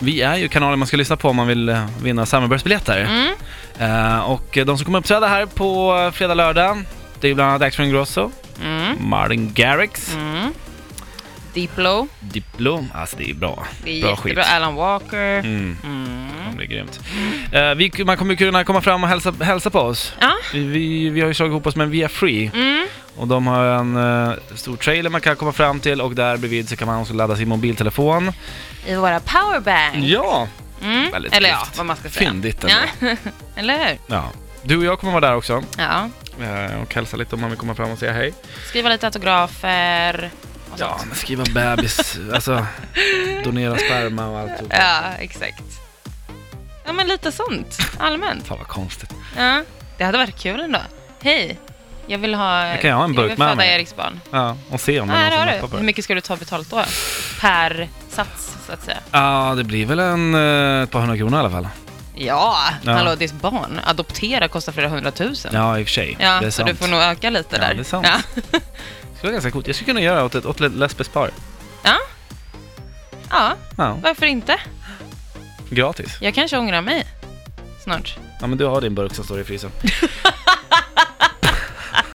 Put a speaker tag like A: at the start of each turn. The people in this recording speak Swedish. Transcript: A: Vi är ju kanalen man ska lyssna på om man vill eh, vinna Summerburst-biljetter.
B: Mm.
A: Eh, och de som kommer uppträda här på eh, fredag, lördag, det är bland annat Action Grosso,
B: Mm.
A: Martin Garrix,
B: Mm. Diplo,
A: Diplo. Alltså det är bra.
B: det är
A: bra
B: jättebra.
A: skit.
B: Alan Walker.
A: Mm,
B: Mm.
A: det blir grymt. Eh, vi, man kommer ju kunna komma fram och hälsa, hälsa på oss.
B: Ja.
A: Vi, vi, vi har ju slagit ihop oss med Via Free
B: Mm.
A: och de har en eh, stor trailer man kan komma fram till och där bredvid så kan man också ladda sin mobiltelefon.
B: I våra powerbank.
A: Ja!
B: Mm.
A: Väldigt
B: Eller ja,
A: tufft.
B: vad man ska säga.
A: Fyndigt ändå.
B: Ja. Eller hur?
A: Ja. Du och jag kommer vara där också
B: Ja.
A: eh, och hälsa lite om man vill komma fram och säga hej.
B: Skriva lite autografer och
A: Ja,
B: sånt.
A: men skriva bebis, alltså donera sperma och allt.
B: Ja, exakt. Ja, men lite sånt allmänt.
A: Fan vad konstigt.
B: Ja. Det hade varit kul ändå. Hej, jag vill ha...
A: Jag kan ju ha en burk
B: vill
A: med
B: föda
A: mig.
B: Eriks barn.
A: Ja, och se om det är
B: Här
A: någon som
B: har
A: nappar
B: du.
A: på
B: Hur
A: det.
B: mycket ska du ta betalt då? Per sats, så att säga.
A: Ja, det blir väl en, eh, ett par hundra kronor i alla fall.
B: Ja,
A: Ja.
B: hallå, det är ett barn. Adoptera kostar flera hundratusen.
A: Ja, i och för sig.
B: Ja,
A: det är
B: så
A: sant.
B: du får nog öka lite
A: Ja,
B: där.
A: det är sant.
B: Ja.
A: Det skulle vara ganska coolt. Jag skulle kunna göra åt ett, åt ett lesbiskt par.
B: ja,
A: Ja,
B: varför inte?
A: gratis.
B: Jag kanske ångrar mig snart.
A: Ja, men du har din burk som står i frysen.